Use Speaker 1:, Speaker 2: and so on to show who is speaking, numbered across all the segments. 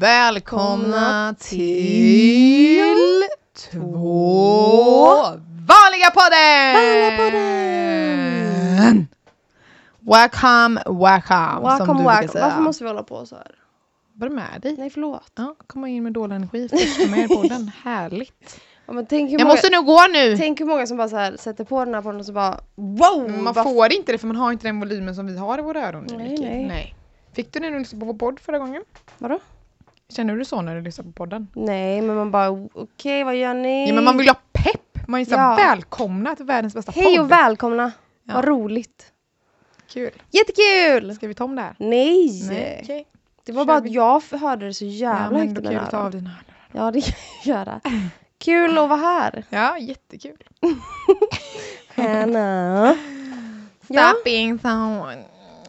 Speaker 1: Välkomna till två vanliga podden!
Speaker 2: Vanliga podden!
Speaker 1: Welcome, welcome, som du
Speaker 2: Welcome, welcome.
Speaker 1: brukar säga.
Speaker 2: Varför måste vi hålla på så här?
Speaker 1: Vad är det med dig?
Speaker 2: Nej, förlåt.
Speaker 1: Ja, komma in med dålig energi först, kom med i podden. Härligt.
Speaker 2: Ja, men tänk, hur
Speaker 1: Jag
Speaker 2: många,
Speaker 1: måste nog gå nu.
Speaker 2: tänk hur många som bara så här sätter på den här podden och så bara wow!
Speaker 1: Mm, Man
Speaker 2: vad-
Speaker 1: får inte det för man har inte den volymen som vi har i våra öron nu.
Speaker 2: Nej,
Speaker 1: Vicky.
Speaker 2: nej.
Speaker 1: Fick du det när du lyssnade på vår podd förra gången?
Speaker 2: Vadå?
Speaker 1: Känner du så när du lyssnar på podden?
Speaker 2: Nej, men man bara okej, vad gör ni?
Speaker 1: Ja, men man vill ju ha pepp. Man är så här,
Speaker 2: Ja.
Speaker 1: välkomna till världens bästa
Speaker 2: Hej
Speaker 1: podd.
Speaker 2: och välkomna!
Speaker 1: Ja.
Speaker 2: Vad roligt!
Speaker 1: Kul.
Speaker 2: Jättekul!
Speaker 1: Ska vi ta om det här?
Speaker 2: Nej!
Speaker 1: okej.
Speaker 2: Det var
Speaker 1: Kör
Speaker 2: bara att
Speaker 1: vi.
Speaker 2: jag f- hörde det så
Speaker 1: Ja,
Speaker 2: jävla
Speaker 1: men
Speaker 2: högt
Speaker 1: då
Speaker 2: i
Speaker 1: kan
Speaker 2: mina
Speaker 1: du ta av
Speaker 2: öron.
Speaker 1: dina öron.
Speaker 2: Ja, det kan jag göra. Kul att vara här.
Speaker 1: Ja, jättekul.
Speaker 2: Hanna. Ja,
Speaker 1: Stop being someone.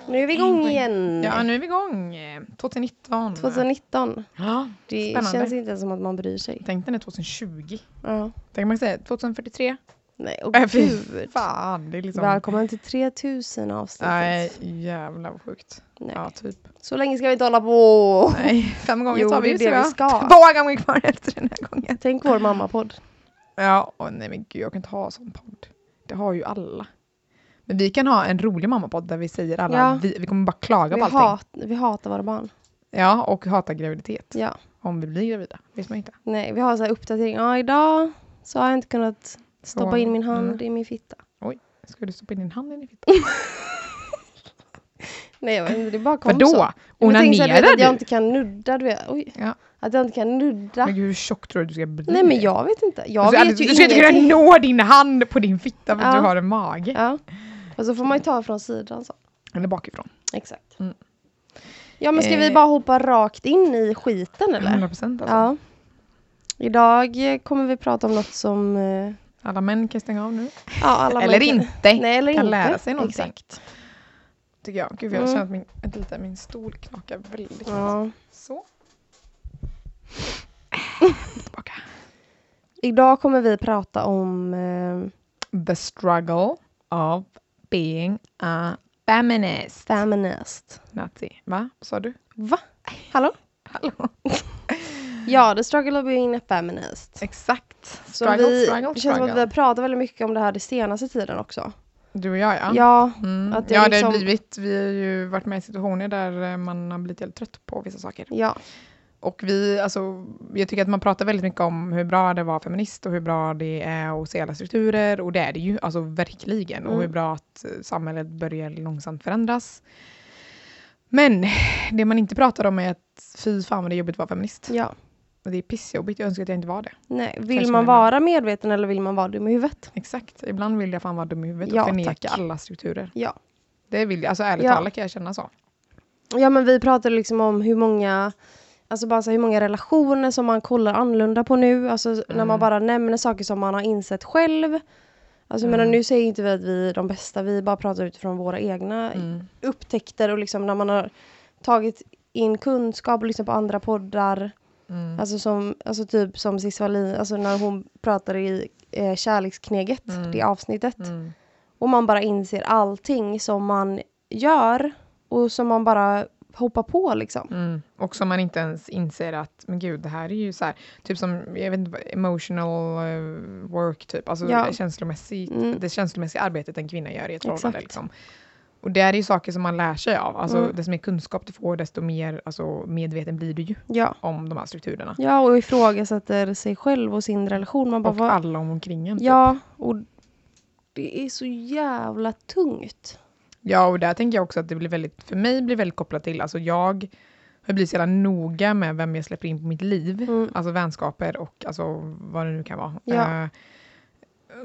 Speaker 2: nu är vi igång igen.
Speaker 1: Ja, nu är vi igång. Eh, 2019.
Speaker 2: 2019.
Speaker 1: Ja,
Speaker 2: Det
Speaker 1: Spännande.
Speaker 2: känns inte ens som att man bryr sig.
Speaker 1: tänk den är 2020.
Speaker 2: Ja.
Speaker 1: Tänk man säga 2043.
Speaker 2: Nej, och
Speaker 1: Äh, fy
Speaker 2: gud.
Speaker 1: Fan, det är liksom...
Speaker 2: Välkommen till 3000 avsnittet.
Speaker 1: Nej, jävlar vad sjukt.
Speaker 2: Nej.
Speaker 1: Ja, typ.
Speaker 2: Så länge ska vi inte hålla på.
Speaker 1: Nej, fem gånger
Speaker 2: Jo,
Speaker 1: tar vi
Speaker 2: det är det
Speaker 1: tror
Speaker 2: vi
Speaker 1: jag.
Speaker 2: ska.
Speaker 1: Två gånger kvar efter den här gången.
Speaker 2: Tänk vår mammapodd.
Speaker 1: Ja, åh, nej men gud jag kan inte ha sån podd. Det har ju alla. Men vi kan ha en rolig mammapodd där vi säger alla,
Speaker 2: Ja.
Speaker 1: vi, vi kommer bara klaga
Speaker 2: Vi,
Speaker 1: på allting.
Speaker 2: hat, vi hatar våra barn.
Speaker 1: Ja, och hata graviditet.
Speaker 2: Ja.
Speaker 1: Om vi blir gravida, visst man inte?
Speaker 2: Nej, vi har så här uppdatering. Ja, idag så har jag inte kunnat stoppa in min hand
Speaker 1: Mm.
Speaker 2: i min fitta.
Speaker 1: Ska du stoppa in din hand in i fittan?
Speaker 2: Nej, jag vet inte. Det bara kom så.
Speaker 1: Vadå?
Speaker 2: Men tänk så här, du vet,
Speaker 1: Onanerar
Speaker 2: Att jag
Speaker 1: du?
Speaker 2: inte kan nudda, du vet. Oj.
Speaker 1: Ja.
Speaker 2: Att jag inte kan nudda.
Speaker 1: Men gud, hur tjock tror du att du ska bli?
Speaker 2: Nej, men jag vet inte. Jag
Speaker 1: du, ska
Speaker 2: vet
Speaker 1: aldrig-
Speaker 2: ju
Speaker 1: du ska inte kunna
Speaker 2: ingenting.
Speaker 1: nå din hand på din fitta för att
Speaker 2: Ja.
Speaker 1: du har en mage.
Speaker 2: Ja. Och så får man ju ta från sidan så.
Speaker 1: Eller bakifrån.
Speaker 2: Exakt.
Speaker 1: Mm.
Speaker 2: Ja, men ska vi
Speaker 1: Eh.
Speaker 2: bara hoppa rakt in i skiten eller?
Speaker 1: 100% procent alltså.
Speaker 2: Ja. Idag eh, kommer vi prata om något som... eh,
Speaker 1: Alla män kan stänga av nu.
Speaker 2: Ja, alla
Speaker 1: eller
Speaker 2: män kan-
Speaker 1: inte.
Speaker 2: Nej, eller
Speaker 1: kan
Speaker 2: inte.
Speaker 1: lära sig någonting.
Speaker 2: Exakt.
Speaker 1: Tycker jag. Gud, jag
Speaker 2: Mm.
Speaker 1: känner att min, vänta lite, min stol knakar väldigt.
Speaker 2: Ja.
Speaker 1: Så. Tillbaka.
Speaker 2: Idag kommer vi prata om... Eh,
Speaker 1: The struggle of being a feminist.
Speaker 2: feminist.
Speaker 1: Nazi. Va? Vad sa du?
Speaker 2: Va? Hallå?
Speaker 1: Hallå?
Speaker 2: Ja, the struggle of being a feminist.
Speaker 1: Exakt.
Speaker 2: Så
Speaker 1: Struggle,
Speaker 2: vi,
Speaker 1: struggle,
Speaker 2: det känns som att vi
Speaker 1: struggle.
Speaker 2: har pratat väldigt mycket om det här den senaste tiden också.
Speaker 1: Du och jag ja.
Speaker 2: Ja,
Speaker 1: Mm.
Speaker 2: Att det
Speaker 1: ja, det
Speaker 2: liksom-
Speaker 1: har blivit, vi har ju varit med i situationer där eh, man har blivit helt trött på vissa saker.
Speaker 2: ja,
Speaker 1: Och vi, alltså, jag tycker att man pratar väldigt mycket om hur bra det var feminist och hur bra det är att se alla strukturer och det är det ju, alltså verkligen. Och
Speaker 2: Mm.
Speaker 1: hur bra att eh, samhället börjar långsamt förändras. Men det man inte pratar om är att fy fan vad det är jobbigt att vara feminist.
Speaker 2: ja.
Speaker 1: Och det är pissjobbigt, jag önskar att jag inte var det.
Speaker 2: Nej,
Speaker 1: Kanske
Speaker 2: vill man
Speaker 1: man är
Speaker 2: vara medveten eller vill man vara dum i huvudet?
Speaker 1: Exakt, ibland vill jag fan vara dum i huvudet
Speaker 2: Ja,
Speaker 1: och förneka
Speaker 2: tack.
Speaker 1: alla strukturer.
Speaker 2: Ja.
Speaker 1: Det vill jag, alltså ärligt
Speaker 2: Ja.
Speaker 1: talat kan jag känna så.
Speaker 2: Ja, men vi pratade liksom om hur många Alltså bara så här, hur många relationer som man kollar annorlunda på nu. Alltså när
Speaker 1: Mm.
Speaker 2: man bara nämner saker som man har insett själv. Alltså jag
Speaker 1: Mm.
Speaker 2: menar, nu säger inte vi att vi är de bästa, vi bara pratar utifrån våra egna
Speaker 1: Mm.
Speaker 2: upptäckter och liksom när man har tagit in kunskap och lyssnat på andra poddar.
Speaker 1: Mm.
Speaker 2: Alltså, som, alltså typ som Cissi Wallin, alltså när hon pratade i eh, Kärlekskneget, det avsnittet.
Speaker 1: Mm.
Speaker 2: Och man bara inser allting som man gör och som man bara hoppar på liksom.
Speaker 1: Mm. Och som man inte ens inser att, men gud, det här är ju så här, typ som, jag vet inte, vad- emotional eh, work typ, alltså
Speaker 2: Ja.
Speaker 1: det känslomässigt,
Speaker 2: Mm.
Speaker 1: det känslomässiga arbetet en kvinna gör i ett förhållande.
Speaker 2: Exakt.
Speaker 1: Liksom. Och det är ju saker som man lär sig av, alltså
Speaker 2: Mm.
Speaker 1: desto mer kunskap du får, desto mer alltså, medveten blir du ju
Speaker 2: Ja.
Speaker 1: om de här strukturerna.
Speaker 2: ja, och ifrågasätter sig själv och sin relation. Man bara,
Speaker 1: Och
Speaker 2: vad-
Speaker 1: alla omkring en. typ.
Speaker 2: Ja, och det är så jävla tungt.
Speaker 1: Ja, och där tänker jag också att det blir väldigt, för mig blir väldigt kopplat till, alltså jag har blivit så jävla noga med vem jag släpper in på mitt liv,
Speaker 2: Mm.
Speaker 1: alltså vänskaper och alltså vad det nu kan vara.
Speaker 2: Ja.
Speaker 1: Eh,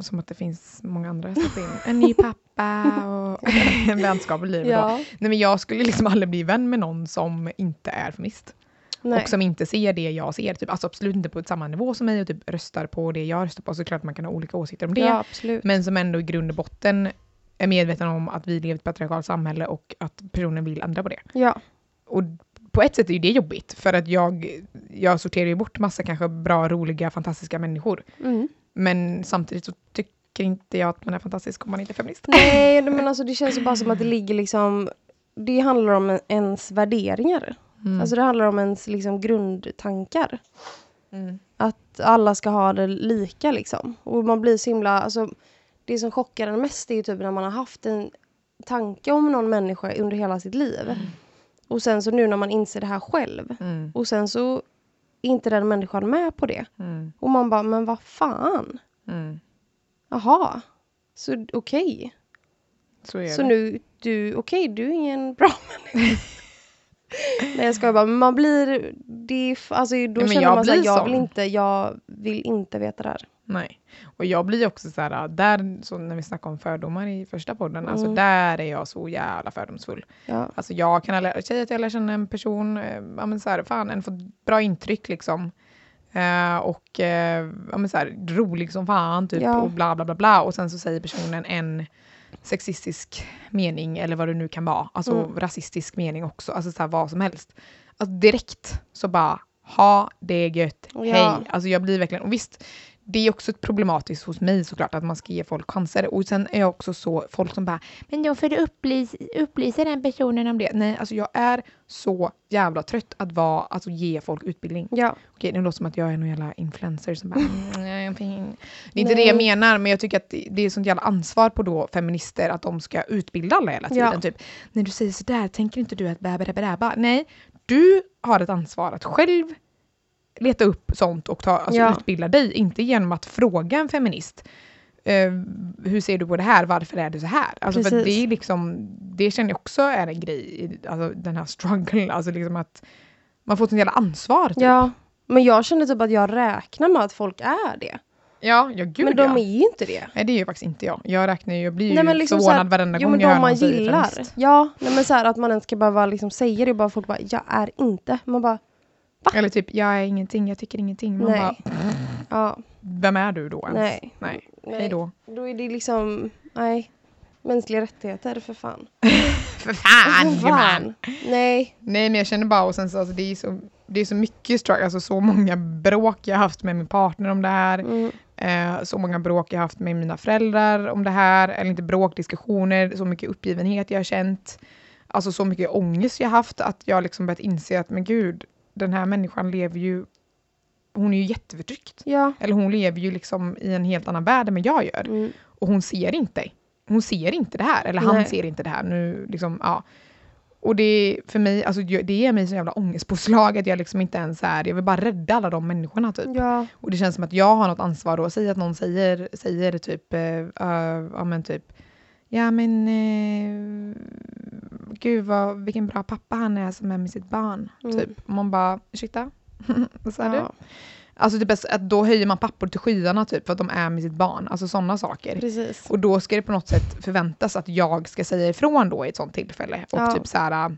Speaker 1: som att det finns många andra jag släpper in, en ny pappa och en vänskap i livet. då. Nej men jag skulle liksom aldrig bli vän med någon som inte är feminist.
Speaker 2: Nej.
Speaker 1: Och som inte ser det jag ser, typ, alltså absolut inte på samma nivå som mig och typ röstar på det jag röstar på, såklart man kan ha olika åsikter om det.
Speaker 2: Ja, absolut.
Speaker 1: Men som ändå i grund och botten är medveten om att vi lever i ett patriarkalt samhälle och att personen vill ändra på det.
Speaker 2: Ja,
Speaker 1: Och på ett sätt är ju det jobbigt, för att jag, jag sorterar ju bort massa kanske bra, roliga, fantastiska människor.
Speaker 2: mm.
Speaker 1: Men samtidigt så tycker inte jag att man är fantastisk om man inte är feminist.
Speaker 2: Nej, men alltså det känns ju bara som att det ligger liksom... Det handlar om ens värderingar.
Speaker 1: Mm.
Speaker 2: Alltså det handlar om ens liksom, grundtankar.
Speaker 1: Mm.
Speaker 2: Att alla ska ha det lika liksom. Och man blir så himla, alltså, det som chockar en mest är ju typ när man har haft en tanke om någon människa under hela sitt liv. Och sen så nu när man inser det här själv.
Speaker 1: Mm.
Speaker 2: Och sen så är inte den människan med på det.
Speaker 1: Mm.
Speaker 2: Och man bara, men vad fan?
Speaker 1: Mm.
Speaker 2: Jaha. Så okej.
Speaker 1: Så är
Speaker 2: Så
Speaker 1: det.
Speaker 2: nu, du, okej, du är ingen bra människa. Nej jag skojar bara, men man blir, det är, f- alltså, då
Speaker 1: men
Speaker 2: känner
Speaker 1: jag
Speaker 2: man såhär,
Speaker 1: blir
Speaker 2: jag
Speaker 1: sån.
Speaker 2: vill inte, jag vill inte veta det här.
Speaker 1: Nej. Och jag blir också så här, där, så när vi snackade om fördomar i första podden, alltså
Speaker 2: Mm.
Speaker 1: där är jag så jävla fördomsfull.
Speaker 2: Ja.
Speaker 1: Alltså jag kan lära, säga att jag lär känna en person, eh, ja men så här, fan, en får ett bra intryck liksom. Eh, och eh, ja men så här, rolig som fan typ
Speaker 2: Ja.
Speaker 1: och bla bla bla bla. Och sen så säger personen en sexistisk mening eller vad det nu kan vara. Alltså
Speaker 2: Mm.
Speaker 1: rasistisk mening också, alltså så här, vad som helst. Alltså direkt så bara, ha det gött,
Speaker 2: Ja.
Speaker 1: hej. Alltså jag blir verkligen, och visst, det är också ett problematiskt hos mig såklart, att man ska ge folk chanser. Och sen är jag också så, folk som bara, men jag får upplys, upplysa den personen om det. Nej, alltså jag är så jävla trött att vara, alltså ge folk utbildning.
Speaker 2: Ja.
Speaker 1: Okej, det låter som att jag är någon jävla influencer som bara... "Mm, nej, jag fin." Det är inte
Speaker 2: Nej.
Speaker 1: det jag menar, men jag tycker att det- det är sånt jävla ansvar på då feminister att de ska utbilda alla hela tiden.
Speaker 2: Ja.
Speaker 1: Typ, när du säger sådär, tänker inte du att bä, bä, bä, bä, bä? Nej, du har ett ansvar att själv leta upp sånt och ta, alltså,
Speaker 2: Ja.
Speaker 1: utbilda dig, inte genom att fråga en feminist. eh, hur ser du på det här? Varför är du så här? Alltså, för
Speaker 2: Precis.
Speaker 1: det, är liksom, det känner jag också är en grej, i- alltså, den här struggle, alltså liksom att man får ett sånt jävla ansvar. typ.
Speaker 2: ja. Men jag känner typ att jag räknar med att folk är det.
Speaker 1: Ja, ja gud
Speaker 2: men de
Speaker 1: ja.
Speaker 2: är ju inte det.
Speaker 1: Nej, det är ju faktiskt inte jag. Jag räknar ju, jag blir ju
Speaker 2: Nej, men liksom
Speaker 1: förvånad
Speaker 2: så här-
Speaker 1: varenda
Speaker 2: jo,
Speaker 1: gång
Speaker 2: men
Speaker 1: jag
Speaker 2: de
Speaker 1: hör
Speaker 2: man
Speaker 1: någon säga
Speaker 2: gillar.
Speaker 1: feminist.
Speaker 2: Ja, nej, men så här att man inte ska behöva liksom säga det. Bara folk bara, jag är inte. Man bara,
Speaker 1: Eller typ, jag är ingenting, jag tycker ingenting. Man
Speaker 2: Nej.
Speaker 1: bara,
Speaker 2: ja.
Speaker 1: vem är du då ens?
Speaker 2: Nej.
Speaker 1: Nej.
Speaker 2: Nej.
Speaker 1: Hej då.
Speaker 2: Då är det liksom, nej. Mänskliga rättigheter, för fan.
Speaker 1: För fan,
Speaker 2: För
Speaker 1: gumman!
Speaker 2: Nej.
Speaker 1: Nej, men jag känner bara, och sen så, alltså, det, är så, det är så mycket struggle, alltså så många bråk jag haft med min partner om det här.
Speaker 2: Mm.
Speaker 1: Eh, så många bråk jag haft med mina föräldrar om det här, eller inte bråk, diskussioner, så mycket uppgivenhet jag har känt. Alltså så mycket ångest jag haft att jag liksom börjat inse att men gud, den här människan lever ju, hon är ju jätteförtryckt.
Speaker 2: Ja.
Speaker 1: Eller hon lever ju liksom i en helt annan värld än vad jag gör.
Speaker 2: Mm.
Speaker 1: Och hon ser inte. Hon ser inte det här, eller han
Speaker 2: Nej.
Speaker 1: ser inte det här. Nu, liksom, ja. Och det för mig, alltså, jag- det är mig så jävla ångestpåslag att jag liksom inte ens är, jag vill bara rädda alla de människorna typ.
Speaker 2: Ja.
Speaker 1: Och det känns som att jag har något ansvar då. Säg att någon säger, säger typ, eh, eh, ja men typ, ja men eh, gud vad, vilken bra pappa han är som är med sitt barn.
Speaker 2: Mm.
Speaker 1: Typ. Och man bara, ursäkta? Vad sa du?
Speaker 2: ja.
Speaker 1: Alltså typ att då höjer man pappor till skyarna typ för att de är med sitt barn. Alltså sådana saker.
Speaker 2: Precis.
Speaker 1: Och då ska det på något sätt förväntas att jag ska säga ifrån då i ett sånt tillfälle. Och
Speaker 2: Ja.
Speaker 1: typ så här... äh,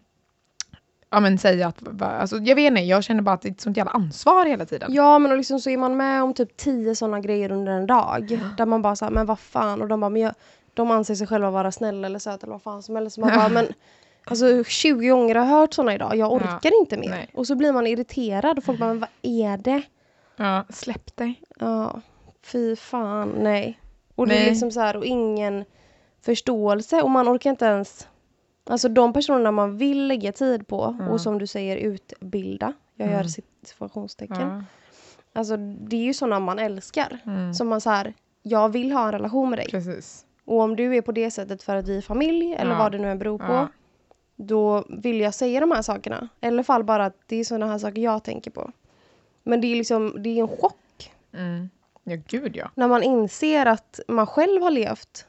Speaker 1: Ja men säga att, va- alltså, jag vet inte, jag känner bara att det är ett sånt jävla ansvar hela tiden.
Speaker 2: Ja, men och liksom så är man med om typ tio sådana grejer under en dag. Där man bara såhär, men vad fan. Och de bara, men jag, de anser sig själva vara snälla eller söta eller vad fan som helst. Så man bara, men alltså 20 gånger har jag hört sådana idag. Jag orkar inte mer.
Speaker 1: Nej.
Speaker 2: Och så blir man irriterad och folk bara, men vad är det?
Speaker 1: Ja, släpp dig.
Speaker 2: Ja, fy fan, nej. Och det är
Speaker 1: Nej.
Speaker 2: liksom så här, och ingen förståelse och man orkar inte ens... Alltså de personerna man vill lägga tid på och som du säger utbilda, jag gör situationstecken.
Speaker 1: Mm. Ja.
Speaker 2: Alltså det är ju sådana man älskar.
Speaker 1: Mm.
Speaker 2: Som man så här, jag vill ha en relation med dig.
Speaker 1: Precis.
Speaker 2: Och om du är på det sättet för att vi är familj eller
Speaker 1: Ja.
Speaker 2: vad det nu än beror på.
Speaker 1: Ja.
Speaker 2: Då vill jag säga de här sakerna. I alla fall bara att det är sådana här saker jag tänker på. Men det är liksom, det är en chock
Speaker 1: Mm. Ja, gud ja.
Speaker 2: när man inser att man själv har levt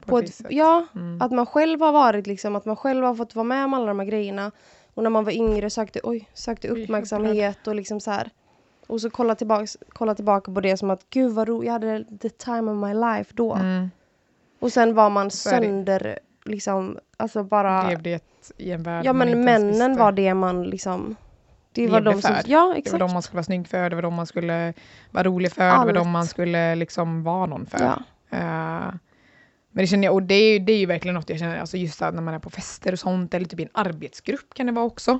Speaker 1: På,
Speaker 2: på
Speaker 1: ett
Speaker 2: ett,
Speaker 1: visst sätt.
Speaker 2: ja,
Speaker 1: Mm.
Speaker 2: att man själv har varit liksom, att man själv har fått vara med om alla de här grejerna. Och när man var yngre sökte, oj, sökte
Speaker 1: Oj,
Speaker 2: uppmärksamhet och liksom så här. Och så kolla tillbaka, kolla tillbaka på det som att gud vad roligt, jag hade the time of my life då.
Speaker 1: Mm.
Speaker 2: Och sen var man
Speaker 1: Så är det.
Speaker 2: sönder, liksom, alltså bara...
Speaker 1: Levde i ett- i en värld
Speaker 2: ja
Speaker 1: man
Speaker 2: men
Speaker 1: inte ens
Speaker 2: männen
Speaker 1: visste.
Speaker 2: var det man liksom... Det var
Speaker 1: Levde
Speaker 2: de som...
Speaker 1: för.
Speaker 2: Ja,
Speaker 1: Det var
Speaker 2: exakt.
Speaker 1: de man skulle vara snygg för, det var de man skulle vara rolig för, det var
Speaker 2: Allt.
Speaker 1: de man skulle liksom vara någon för.
Speaker 2: Ja.
Speaker 1: Eh, men det känner jag, och det är, ju- det är ju verkligen något jag känner, alltså just så här när man är på fester och sånt, eller typ i en arbetsgrupp kan det vara också.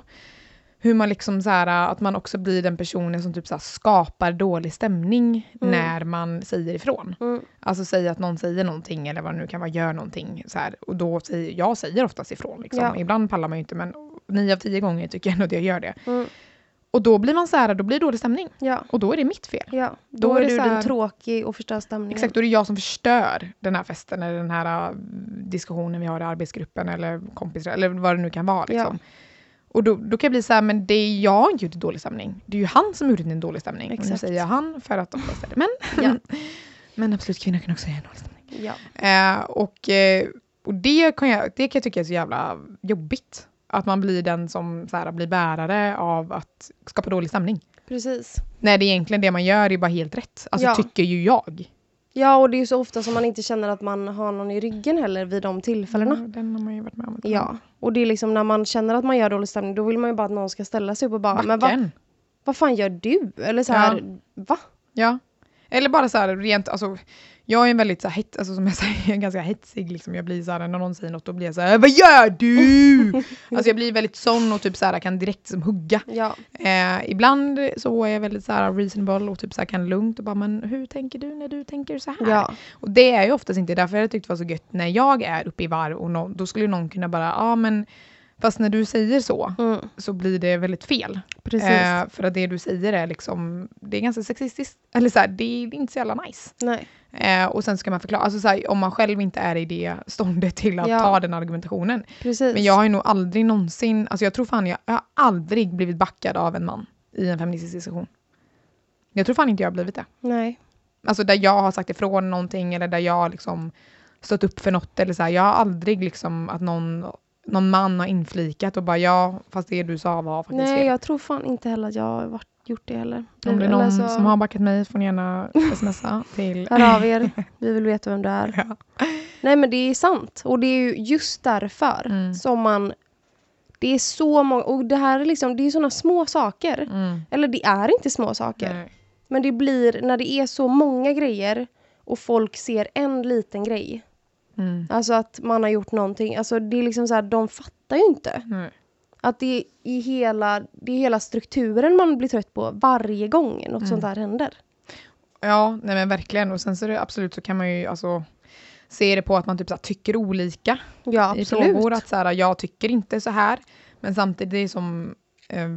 Speaker 1: Hur man liksom så här, att man också blir den personen som typ så här skapar dålig stämning när man säger ifrån.
Speaker 2: Mm.
Speaker 1: Alltså säga att någon säger någonting eller vad det nu kan vara, gör någonting. Så här, och då säger, jag säger oftast ifrån. Liksom.
Speaker 2: Ja.
Speaker 1: Ibland pallar man ju inte men nio av tio gånger tycker jag ändå att jag gör det.
Speaker 2: Mm.
Speaker 1: Och då blir man så här, då blir det dålig stämning.
Speaker 2: Ja.
Speaker 1: Och då är det mitt fel.
Speaker 2: ja.
Speaker 1: Då
Speaker 2: Då,
Speaker 1: är
Speaker 2: är,
Speaker 1: det
Speaker 2: du
Speaker 1: så här-
Speaker 2: den tråkig och förstör stämningen.
Speaker 1: Exakt, då är det jag som förstör den här festen eller den här äh, diskussionen vi har i arbetsgruppen eller kompisar eller vad det nu kan vara. Liksom. Och då, då kan jag bli så här, men det är jag har inte gjort dålig stämning. Det är ju han som har gjort en dålig stämning. Och nu
Speaker 2: Exakt.
Speaker 1: säger jag han för att de flesta är det. Men, men absolut, kvinnor kan också göra en dålig stämning.
Speaker 2: Ja.
Speaker 1: Eh, och eh, och det, kan jag, det kan jag tycka är så jävla jobbigt. Att man blir den som så här, blir bärare av att skapa dålig stämning.
Speaker 2: Precis.
Speaker 1: När det är egentligen det man gör är bara helt rätt. Alltså
Speaker 2: Ja.
Speaker 1: tycker ju jag.
Speaker 2: Ja, och det är ju så ofta som man inte känner att man har någon i ryggen heller vid de tillfällena.
Speaker 1: Ja, Den har man ju varit med om.
Speaker 2: Ja, och det är liksom när man känner att man gör dålig stämning, då vill man ju bara att någon ska ställa sig upp och bara, men vad
Speaker 1: Backen.
Speaker 2: vad fan gör du? Eller så här, va?
Speaker 1: Ja. Eller bara så här rent, alltså, jag är en väldigt så här, hets, alltså, som jag säger, ganska hetsig. Liksom. Jag blir så här, när någon säger något, då blir jag så här, vad gör du? alltså jag blir väldigt sån och typ så här, kan direkt som hugga.
Speaker 2: Ja,
Speaker 1: Eh, ibland så är jag väldigt så här reasonable och typ så här, kan lugnt och bara, men hur tänker du när du tänker så här?
Speaker 2: ja,
Speaker 1: Och det är ju oftast inte därför jag tyckte det var så gött när jag är uppe i varv och nå- då skulle ju någon kunna bara, ja ah, men fast när du säger så
Speaker 2: mm,
Speaker 1: så blir det väldigt fel.
Speaker 2: precis.
Speaker 1: Eh, för att det du säger är liksom, det är ganska sexistiskt. Eller så här, det är inte så jävla nice.
Speaker 2: Nej,
Speaker 1: Eh, och sen ska man förklara, alltså så här, om man själv inte är i det ståndet till att
Speaker 2: Ja.
Speaker 1: ta den argumentationen.
Speaker 2: precis.
Speaker 1: Men jag har ju nog aldrig någonsin, alltså jag tror fan jag, jag har aldrig blivit backad av en man i en feministisk diskussion. Jag tror fan inte jag har blivit det.
Speaker 2: Nej,
Speaker 1: Alltså där jag har sagt ifrån någonting eller där jag har liksom stått upp för något eller så här, jag har aldrig liksom att någon, någon man har inflikat och bara ja, fast det du sa var faktiskt fel.
Speaker 2: Nej jag tror fan inte heller att jag har varit, gjort det heller.
Speaker 1: Om det är
Speaker 2: Eller
Speaker 1: någon
Speaker 2: så-
Speaker 1: som har backat mig får ni gärna smsa till...
Speaker 2: Hör av er, vi vill veta vem du är.
Speaker 1: Ja.
Speaker 2: Nej men det är sant. Och det är ju just därför
Speaker 1: Mm.
Speaker 2: som man... Det är så många... Och det här är liksom, det är såna små saker.
Speaker 1: Mm.
Speaker 2: Eller det är inte små saker.
Speaker 1: Nej.
Speaker 2: Men det blir när det är så många grejer och folk ser en liten grej.
Speaker 1: Mm.
Speaker 2: Alltså att man har gjort någonting. Alltså det är liksom så här, de fattar ju inte.
Speaker 1: Nej.
Speaker 2: Att det är, i hela, det är hela strukturen man blir trött på varje gång något
Speaker 1: Mm.
Speaker 2: sånt här händer.
Speaker 1: Ja, nej men verkligen. Och sen så är det absolut så kan man ju alltså, se det på att man typ så här, tycker olika
Speaker 2: Ja,
Speaker 1: i
Speaker 2: absolut.
Speaker 1: frågor. Att så här, jag tycker inte så här. Men samtidigt som... Eh,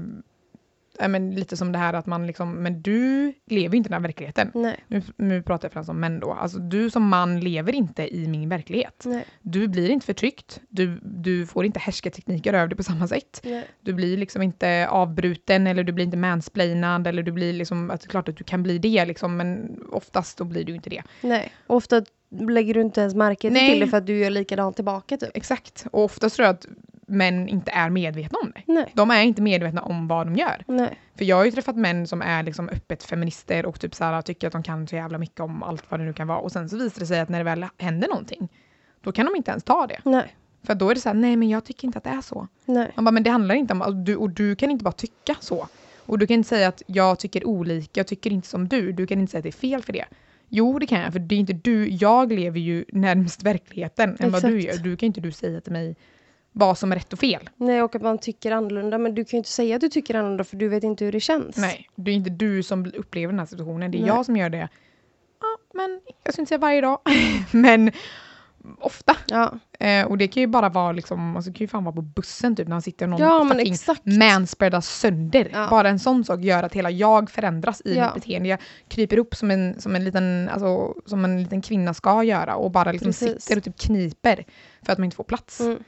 Speaker 1: ja, men lite som det här att man liksom, men du lever ju inte i den här verkligheten.
Speaker 2: Nej,
Speaker 1: Nu, nu pratar jag främst om män då. Alltså du som man lever inte i min verklighet.
Speaker 2: nej,
Speaker 1: Du blir inte förtryckt. Du, du får inte härskartekniker över dig på samma sätt.
Speaker 2: nej.
Speaker 1: Du blir liksom inte avbruten eller du blir inte mansplainad eller du blir liksom, alltså, klart att du kan bli det liksom, men oftast då blir du inte det.
Speaker 2: nej. Och Ofta lägger du inte ens märke
Speaker 1: Nej.
Speaker 2: till det för att du gör likadant tillbaka typ.
Speaker 1: Exakt. Och oftast tror jag att män inte är medvetna om det.
Speaker 2: Nej,
Speaker 1: De är inte medvetna om vad de gör.
Speaker 2: nej,
Speaker 1: För jag har ju träffat män som är liksom öppet feminister och typ så här, tycker att de kan så jävla mycket om allt vad det nu kan vara. Och sen så visar det sig att när det väl händer någonting, då kan de inte ens ta det.
Speaker 2: nej,
Speaker 1: För då är det så här, nej men jag tycker inte att det är så.
Speaker 2: nej.
Speaker 1: Man bara, men det handlar inte om, alltså, du, och du kan inte bara tycka så. Och du kan inte säga att jag tycker olika, jag tycker inte som du. Du kan inte säga att det är fel för det. Jo, det kan jag, för det är inte du. Jag lever ju närmast verkligheten än vad du gör.
Speaker 2: Exakt.
Speaker 1: Du kan inte du säga till mig vad som är rätt och fel.
Speaker 2: Nej, och att man tycker annorlunda. Men du kan ju inte säga att du tycker annorlunda för du vet inte hur det känns.
Speaker 1: Nej, det är inte du som upplever den här situationen. Det är
Speaker 2: Nej.
Speaker 1: jag som gör det. Ja, men jag skulle inte säga varje dag, men ofta.
Speaker 2: Ja,
Speaker 1: Eh, och det kan ju bara vara liksom, alltså, det kan ju fan vara på bussen typ när han sitter och någon
Speaker 2: ja men
Speaker 1: fucking
Speaker 2: exakt.
Speaker 1: manspreadar sönder.
Speaker 2: Ja.
Speaker 1: Bara en sån sak gör att hela jag förändras i
Speaker 2: Ja.
Speaker 1: mitt beteende. Jag kryper upp som en, som en, liten, alltså, som en liten kvinna ska göra och bara liksom
Speaker 2: Precis.
Speaker 1: sitter och typ kniper för att man inte får plats.
Speaker 2: Mm.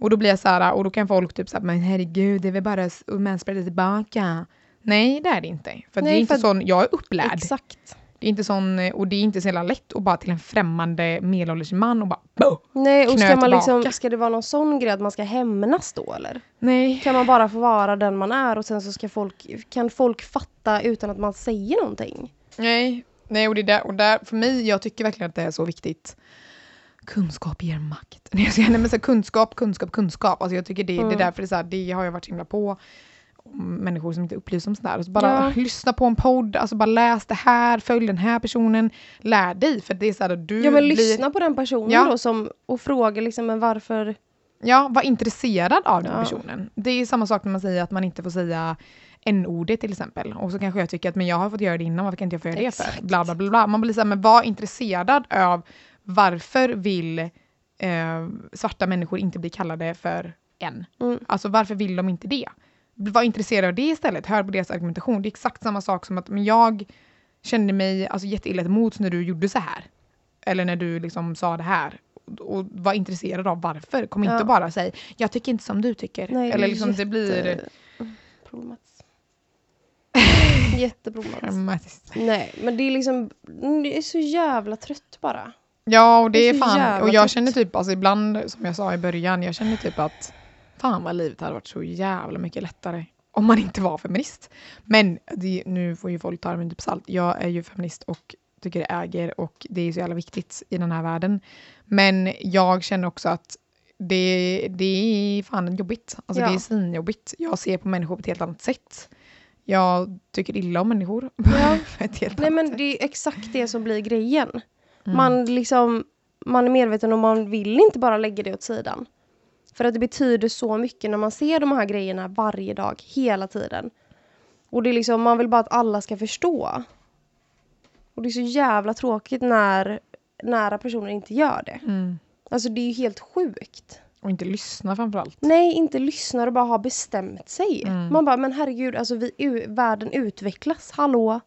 Speaker 1: Och då blir jag så här, och då kan folk typ såhär, men herregud, det är väl bara s- att manspreada tillbaka. Nej, det är det inte. För det
Speaker 2: Nej,
Speaker 1: är inte
Speaker 2: för-
Speaker 1: sån, jag är upplärd.
Speaker 2: Exakt.
Speaker 1: Det är inte sån, och det är inte så jävla lätt att bara till en främmande medelålders man och bara Boh!
Speaker 2: Nej, och
Speaker 1: Knö
Speaker 2: ska, man liksom,
Speaker 1: tillbaka.
Speaker 2: ska det vara någon sån grej att man ska hämnas då eller?
Speaker 1: Nej.
Speaker 2: Kan man bara få vara den man är och sen så ska folk, kan folk fatta utan att man säger någonting?
Speaker 1: Nej, nej och, det är där, och där, för mig, jag tycker verkligen att det är så viktigt. Kunskap ger makt. Nej, jag ska- nej, men så här, kunskap, kunskap, kunskap. Alltså jag tycker det,
Speaker 2: Mm.
Speaker 1: det är därför det, är så här, det har jag varit så himla på. Om människor som inte upplyser om sånt där. Alltså bara
Speaker 2: Ja.
Speaker 1: lyssna på en podd, alltså bara läs det här, följ den här personen, lär dig. För det är så här, du
Speaker 2: Ja, men
Speaker 1: blir-
Speaker 2: lyssna på den personen
Speaker 1: Mm, Ja.
Speaker 2: då som, och fråga liksom, men varför?
Speaker 1: Ja, var intresserad av den
Speaker 2: Ja.
Speaker 1: personen. Det är samma sak när man säger att man inte får säga n-ordet till exempel. Och så kanske jag tycker att men jag har fått göra det innan, varför kan inte jag få göra det för?
Speaker 2: Exakt.
Speaker 1: Bla, bla, bla, bla. Man blir så här, men var intresserad av varför vill eh, svarta människor inte bli kallade för än.
Speaker 2: Mm.
Speaker 1: Alltså varför vill de inte det? Var intresserad av det istället, hör på deras argumentation. Det är exakt samma sak som att men jag kände mig alltså, jätteilla till mods när du gjorde så här. Eller när du liksom sa det här. Och var intresserad av varför. Kom
Speaker 2: Ja.
Speaker 1: inte bara säga jag tycker inte som du tycker.
Speaker 2: Nej,
Speaker 1: Eller liksom det blir
Speaker 2: jätte- Problematiskt.
Speaker 1: Mm.
Speaker 2: Jätteproblematiskt.
Speaker 1: dramatiskt.
Speaker 2: Nej, men det är liksom... Jag är så jävla trött bara.
Speaker 1: Ja, och det
Speaker 2: Det är
Speaker 1: är
Speaker 2: så
Speaker 1: fan.
Speaker 2: jävla
Speaker 1: Och jag
Speaker 2: trött.
Speaker 1: känner typ, alltså ibland, som jag sa i början, jag känner typ att fan vad livet hade varit så jävla mycket lättare om man inte var feminist. Men det, nu får ju folk ta det med en nypa salt. Jag är ju feminist och tycker det äger och det är så jävla viktigt i den här världen. Men jag känner också att det, det är fan jobbigt. Alltså
Speaker 2: Ja.
Speaker 1: det är svinjobbigt. Jag ser på människor på ett helt annat sätt. Jag tycker illa om människor
Speaker 2: Ja.
Speaker 1: på ett helt
Speaker 2: Nej
Speaker 1: annat
Speaker 2: men
Speaker 1: sätt.
Speaker 2: det är exakt det som blir grejen. Man liksom, man är medveten och man vill inte bara lägga det åt sidan. För att det betyder så mycket när man ser de här grejerna varje dag, hela tiden. Och det är liksom, man vill bara att alla ska förstå. Och det är så jävla tråkigt när nära personer inte gör det.
Speaker 1: Mm.
Speaker 2: Alltså det är ju helt sjukt.
Speaker 1: Och inte lyssna framförallt.
Speaker 2: Nej, inte lyssnar och bara har bestämt sig.
Speaker 1: Mm.
Speaker 2: Man bara, men herregud, alltså vi, u- världen utvecklas, hallå?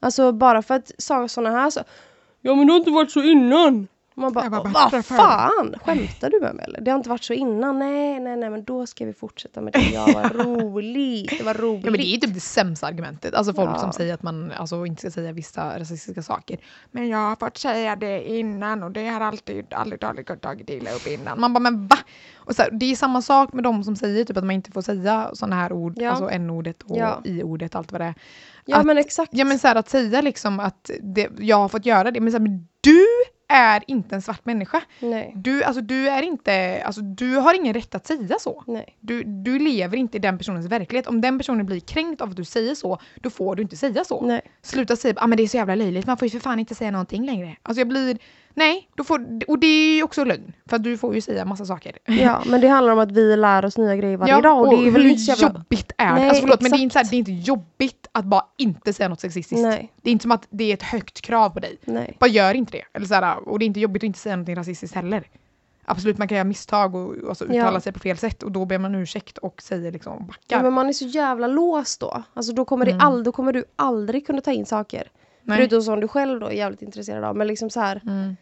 Speaker 2: Alltså bara för att sa såna här så... Ja, men det har inte varit så innan. Man bara,
Speaker 1: Jag bara,
Speaker 2: "Åh,
Speaker 1: bara,
Speaker 2: vad
Speaker 1: bara, bara."
Speaker 2: fan, skämtar du med mig eller? Det har inte varit så innan, nej, nej, nej, men då ska vi fortsätta med det. Ja, vad roligt, det var roligt.
Speaker 1: Ja, men det är ju typ det sämsta argumentet. Alltså folk
Speaker 2: Ja.
Speaker 1: som säger att man alltså, inte ska säga vissa rasistiska saker. Men jag har fått säga det innan och det har alltid, aldrig, aldrig tagit illa upp innan. Man bara, men va? Och så här, det är samma sak med de som säger typ att man inte får säga sådana här ord,
Speaker 2: Ja.
Speaker 1: alltså n-ordet och
Speaker 2: Ja.
Speaker 1: i-ordet, allt vad det är.
Speaker 2: ja,
Speaker 1: att,
Speaker 2: men exakt.
Speaker 1: ja, men så här, att säga liksom att det, jag har fått göra det, men, så här, men du är inte en svart människa.
Speaker 2: Nej,
Speaker 1: Du, alltså, du, är inte, alltså, du har ingen rätt att säga så.
Speaker 2: nej,
Speaker 1: Du, du lever inte i den personens verklighet. Om den personen blir kränkt av att du säger så, då får du inte säga så.
Speaker 2: nej.
Speaker 1: Sluta säga ah, men det är så jävla löjligt, man får ju för fan inte säga någonting längre. Alltså jag blir, nej, då får, och det är ju också lögn. För att du får ju säga massa saker.
Speaker 2: Ja, men det handlar om att vi lär oss nya grejer varje dag och det är väl
Speaker 1: hur
Speaker 2: inte så jävla...
Speaker 1: jobbigt är det?
Speaker 2: Nej,
Speaker 1: alltså förlåt, men det är, inte så här,
Speaker 2: exakt.
Speaker 1: det är inte jobbigt att bara inte säga något sexistiskt.
Speaker 2: Nej,
Speaker 1: Det är inte som att det är ett högt krav på dig.
Speaker 2: nej.
Speaker 1: Bara gör inte det. Eller så här, och det är inte jobbigt att inte säga någonting rasistiskt heller. Absolut, man kan göra misstag och och alltså,
Speaker 2: Ja.
Speaker 1: uttala sig på fel sätt och då ber man ursäkt och säger liksom backar.
Speaker 2: Ja, men man är så jävla låst då. Alltså, då, kommer det all, då kommer du aldrig kunna ta in saker.
Speaker 1: Mm. Nej.
Speaker 2: Förutom som du själv då är jävligt intresserad av. Men liksom så här,
Speaker 1: Mm.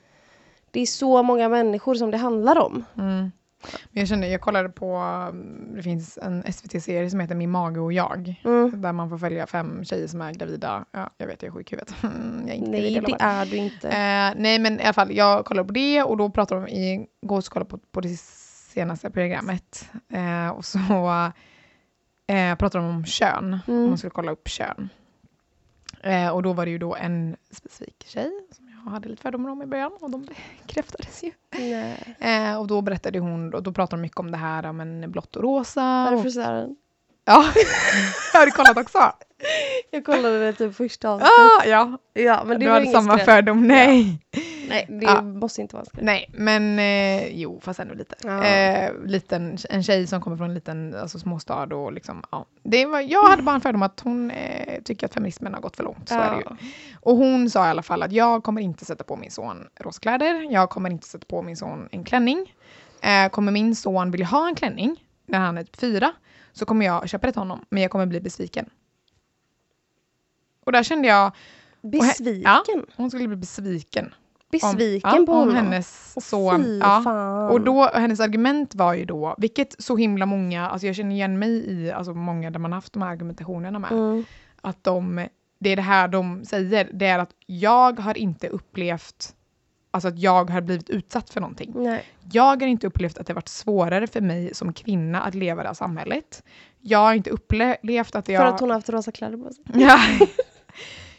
Speaker 2: det är så många människor som det handlar om.
Speaker 1: Mm. Men jag känner, jag kollade på, um, det finns en SVT-serie som heter Min mage och jag.
Speaker 2: Mm.
Speaker 1: Där man får följa fem tjejer som är gravida. Ja, jag vet, jag är sjuk i huvudet. jag är inte gravid i
Speaker 2: Nej,
Speaker 1: alla
Speaker 2: det
Speaker 1: fall.
Speaker 2: är du inte.
Speaker 1: Eh, nej, men i alla fall, jag kollade på det och då pratade de i går så kollade jag på, på det senaste programmet. Eh, och så eh, pratade de om kön,
Speaker 2: Mm.
Speaker 1: om man skulle kolla upp kön. Eh, och då var det ju då en specifik tjej som jag hade lite fördomar om i början och de bekräftades ju.
Speaker 2: Nej.
Speaker 1: Eh, och då berättade hon, och då pratade de mycket om det här om en blått och rosa.
Speaker 2: Varför
Speaker 1: Och,
Speaker 2: så här?
Speaker 1: ja, har du kollat också?
Speaker 2: Jag kollade det typ första avsnittet.
Speaker 1: Ah, ja,
Speaker 2: Ja, men det
Speaker 1: du
Speaker 2: var
Speaker 1: hade
Speaker 2: ingen
Speaker 1: samma
Speaker 2: skräll.
Speaker 1: fördom, nej.
Speaker 2: Nej, det
Speaker 1: Ja.
Speaker 2: måste inte vara en skräll.
Speaker 1: Nej, men eh, jo, fast ändå lite.
Speaker 2: Ja.
Speaker 1: Eh, liten. En tjej som kommer från en liten alltså, småstad och liksom, ja. Det var, jag hade bara en fördom att hon eh, tycker att feminismen har gått för långt. Så är det ju.
Speaker 2: Ja.
Speaker 1: Och hon sa i alla fall att jag kommer inte sätta på min son roskläder. Jag kommer inte sätta på min son en klänning. Eh, kommer min son vilja ha en klänning när han är typ fyra så kommer jag köpa det till honom, men jag kommer bli besviken. Och där kände jag, och he-
Speaker 2: Besviken.
Speaker 1: Ja, hon skulle bli besviken.
Speaker 2: Besviken
Speaker 1: om, ja,
Speaker 2: på
Speaker 1: om
Speaker 2: honom.
Speaker 1: hennes
Speaker 2: Åh,
Speaker 1: son.
Speaker 2: fy
Speaker 1: Ja.
Speaker 2: fan.
Speaker 1: Och då, hennes argument var ju då, vilket så himla många, alltså jag känner igen mig i alltså många där man haft de här argumentationerna med,
Speaker 2: Mm.
Speaker 1: att de, det är det här de säger, det är att jag har inte upplevt Alltså att jag har blivit utsatt för någonting.
Speaker 2: Nej.
Speaker 1: Jag har inte upplevt att det har varit svårare för mig som kvinna att leva i det här samhället. Jag har inte upplevt att jag...
Speaker 2: För att hon har haft rosa kläder på sig.
Speaker 1: Ja.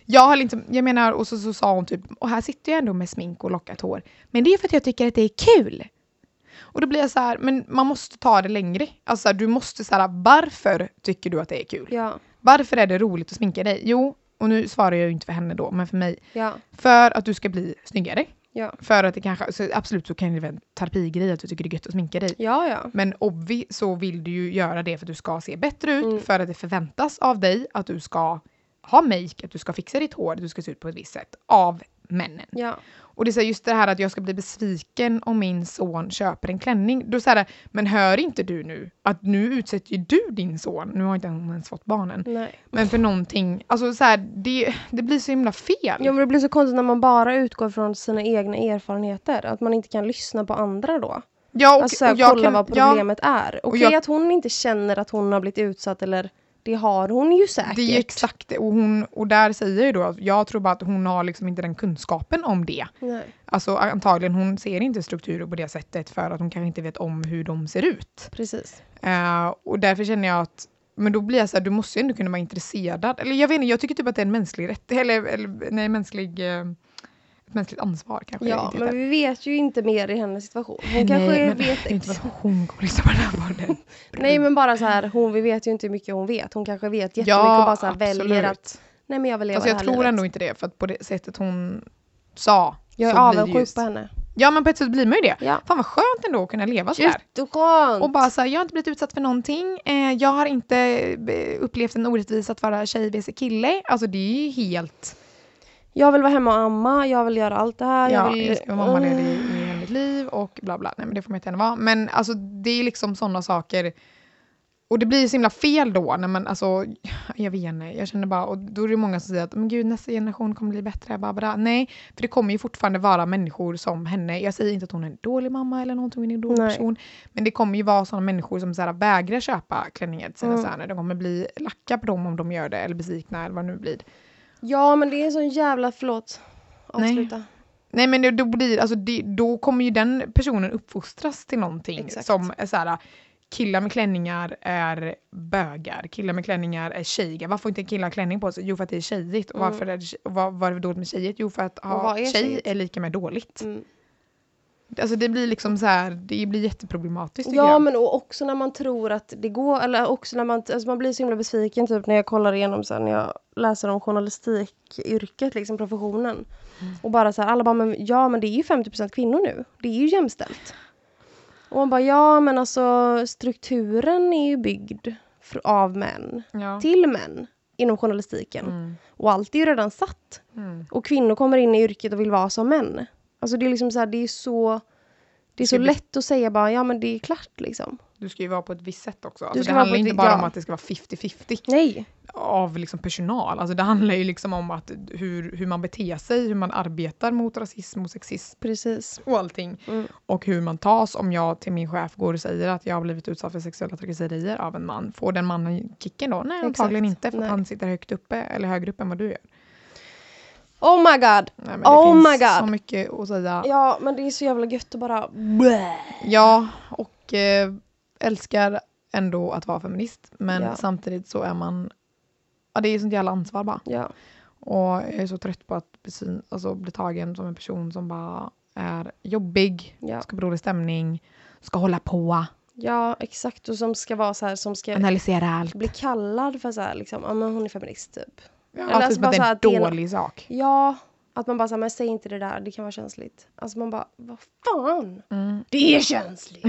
Speaker 1: Jag har liksom, jag menar, och så, så sa hon typ, och här sitter jag ändå med smink och lockat hår. Men det är för att jag tycker att det är kul. Och då blir jag så här, men man måste ta det längre. Alltså så här, du måste så här, varför tycker du att det är kul?
Speaker 2: Ja,
Speaker 1: Varför är det roligt att sminka dig? Jo, och nu svarar jag ju inte för henne då, men för mig.
Speaker 2: ja,
Speaker 1: För att du ska bli snyggare.
Speaker 2: ja.
Speaker 1: För att det kanske, så absolut så kan det vara en terapigrej att du tycker det är gött att sminka dig.
Speaker 2: Ja, ja.
Speaker 1: Men obvi så vill du ju göra det för att du ska se bättre ut,
Speaker 2: Mm.
Speaker 1: för att det förväntas av dig att du ska ha make, att du ska fixa ditt hår, att du ska se ut på ett visst sätt. Av männen.
Speaker 2: Ja.
Speaker 1: Och det är så här, just det här att jag ska bli besviken om min son köper en klänning. Då så här, men hör inte du nu att nu utsätter ju du din son, nu har inte hon ens fått barnen,
Speaker 2: Nej.
Speaker 1: men för någonting, alltså så här, det, det blir så himla fel.
Speaker 2: Ja, men det blir så konstigt när man bara utgår från sina egna erfarenheter. Att man inte kan lyssna på andra då.
Speaker 1: Ja,
Speaker 2: alltså så här,
Speaker 1: jag
Speaker 2: kolla
Speaker 1: kan-
Speaker 2: vad
Speaker 1: ja,
Speaker 2: problemet är. Okej
Speaker 1: jag-
Speaker 2: att hon inte känner att hon har blivit utsatt eller det har hon ju säkert.
Speaker 1: Det är ju exakt det. Och, hon, och där säger jag ju då att jag tror bara att hon har liksom inte den kunskapen om det.
Speaker 2: Nej,
Speaker 1: Alltså antagligen, hon ser inte strukturer på det sättet för att hon kanske inte vet om hur de ser ut.
Speaker 2: precis.
Speaker 1: Eh, och därför känner jag att men då blir jag så här, du måste ju ändå kunna vara intresserad. Eller jag vet inte, jag tycker typ att det är en mänsklig rätt, eller, eller nej, mänsklig, eh, ett mänskligt ansvar kanske.
Speaker 2: Ja,
Speaker 1: inte
Speaker 2: men
Speaker 1: heter.
Speaker 2: vi vet ju inte mer i hennes situation. Hon
Speaker 1: Nej,
Speaker 2: kanske
Speaker 1: men-
Speaker 2: vet
Speaker 1: Det är inte
Speaker 2: exakt.
Speaker 1: vad hon kommer lyssna på den här podden.
Speaker 2: Nej men bara så här, hon, vi vet ju inte hur mycket hon vet. Hon kanske vet jättemycket och bara så här väljer att nej men jag vill leva
Speaker 1: Alltså jag
Speaker 2: det här
Speaker 1: tror
Speaker 2: livet.
Speaker 1: ändå inte det, för att på det sättet hon sa
Speaker 2: Jag är
Speaker 1: så blir det ju-
Speaker 2: avundsjuk på henne.
Speaker 1: Ja men på ett sätt blir man ju det.
Speaker 2: Ja.
Speaker 1: Fan vad skönt ändå att kunna leva sådär.
Speaker 2: Jätteskönt!
Speaker 1: Och bara såhär, jag har inte blivit utsatt för någonting. Eh, jag har inte eh, upplevt en orättvisa att vara tjej vs kille. Alltså det är ju helt...
Speaker 2: Jag vill vara hemma och amma, jag vill göra allt det här.
Speaker 1: Ja,
Speaker 2: jag vill...
Speaker 1: jag ska vara mammaledig i hela mitt liv och bla bla. Nej men det får man inte gärna vara. Men alltså det är liksom sådana saker. Och det blir ju så himla fel då när man, alltså, jag vet inte, jag känner bara, och då är det många som säger att men gud nästa generation kommer bli bättre, bla bla. Nej, för det kommer ju fortfarande vara människor som henne, jag säger inte att hon är en dålig mamma eller någonting, hon är en dålig
Speaker 2: Nej.
Speaker 1: person, men det kommer ju vara sådana människor som så här, vägrar köpa klänningar till sina
Speaker 2: Mm.
Speaker 1: söner, de kommer bli lacka på dem om de gör det, eller besvikna eller vad det nu blir.
Speaker 2: Ja, men det är en sån jävla... Förlåt.
Speaker 1: Nej.
Speaker 2: Avsluta.
Speaker 1: Nej men det- då, blir, alltså, det, då kommer ju den personen uppfostras till någonting
Speaker 2: Exakt.
Speaker 1: som är så här. Killar med klänningar är bögar, killar med klänningar är tjejiga. Varför får inte en kille ha klänning på sig? Jo för att det är tjejigt. Och
Speaker 2: Mm.
Speaker 1: varför är det, tje- och vad, vad är det dåligt med tjejigt? Jo för att
Speaker 2: Och
Speaker 1: ha
Speaker 2: vad är
Speaker 1: tjej
Speaker 2: tjejigt?
Speaker 1: är lika med dåligt.
Speaker 2: Mm.
Speaker 1: Alltså det blir liksom så här, det blir jätteproblematiskt tycker
Speaker 2: Ja,
Speaker 1: jag.
Speaker 2: men och också när man tror att det går... Eller också när man... Alltså man blir så himla besviken typ när jag kollar igenom sen när jag läser om journalistikyrket, liksom professionen.
Speaker 1: Mm.
Speaker 2: Och bara så här, alla bara, men, ja men det är ju 50 kvinnor nu. Det är ju jämställt. Och man bara, ja men alltså strukturen är ju byggd fr- av män.
Speaker 1: Ja.
Speaker 2: till män inom journalistiken.
Speaker 1: Mm.
Speaker 2: Och allt är ju redan satt.
Speaker 1: Mm.
Speaker 2: Och kvinnor kommer in i yrket och vill vara som män. Alltså det är liksom så här, det är så... Det är så
Speaker 1: Det blir-
Speaker 2: lätt att säga bara, ja men det är klart liksom.
Speaker 1: Du ska ju vara på ett visst sätt också. Alltså,
Speaker 2: ska
Speaker 1: det
Speaker 2: vara på
Speaker 1: handlar
Speaker 2: ett
Speaker 1: inte
Speaker 2: vi-
Speaker 1: bara
Speaker 2: ja.
Speaker 1: om att det ska vara 50-50.
Speaker 2: Nej.
Speaker 1: av liksom personal. Alltså det handlar ju liksom om att hur, hur man beter sig, hur man arbetar mot rasism och sexism
Speaker 2: Precis.
Speaker 1: och allting.
Speaker 2: Mm.
Speaker 1: Och hur man tas om jag till min chef går och säger att jag har blivit utsatt för sexuella trakasserier av en man. Får den mannen kicken då? Nej,
Speaker 2: Exakt.
Speaker 1: antagligen inte för
Speaker 2: Nej.
Speaker 1: att han sitter högt uppe eller högre upp än vad du gör.
Speaker 2: Oh my god!
Speaker 1: Nej, men
Speaker 2: Oh
Speaker 1: det finns
Speaker 2: my God.
Speaker 1: så mycket att säga. Ja,
Speaker 2: Ja, men det är så jävla gött att bara...
Speaker 1: och eh, älskar ändå att vara feminist men
Speaker 2: Ja.
Speaker 1: samtidigt så är man Ja, det är sånt jävla ansvar bara.
Speaker 2: Ja.
Speaker 1: Och jag är så trött på att bli, syn, alltså bli tagen som en person som bara är jobbig,
Speaker 2: Ja.
Speaker 1: ska bli dålig stämning, ska hålla på,
Speaker 2: ja, exakt. Och som ska vara så här, som ska
Speaker 1: analysera allt.
Speaker 2: bli kallad för så här liksom, ja men hon är feminist typ.
Speaker 1: Ja,
Speaker 2: Eller alltså
Speaker 1: typ att det är
Speaker 2: bara så
Speaker 1: en
Speaker 2: att det är en-
Speaker 1: dålig sak.
Speaker 2: Ja, att man bara säger men säg inte det där, det kan vara känsligt. Alltså man bara, vad fan!
Speaker 1: Mm.
Speaker 2: Det är känsligt!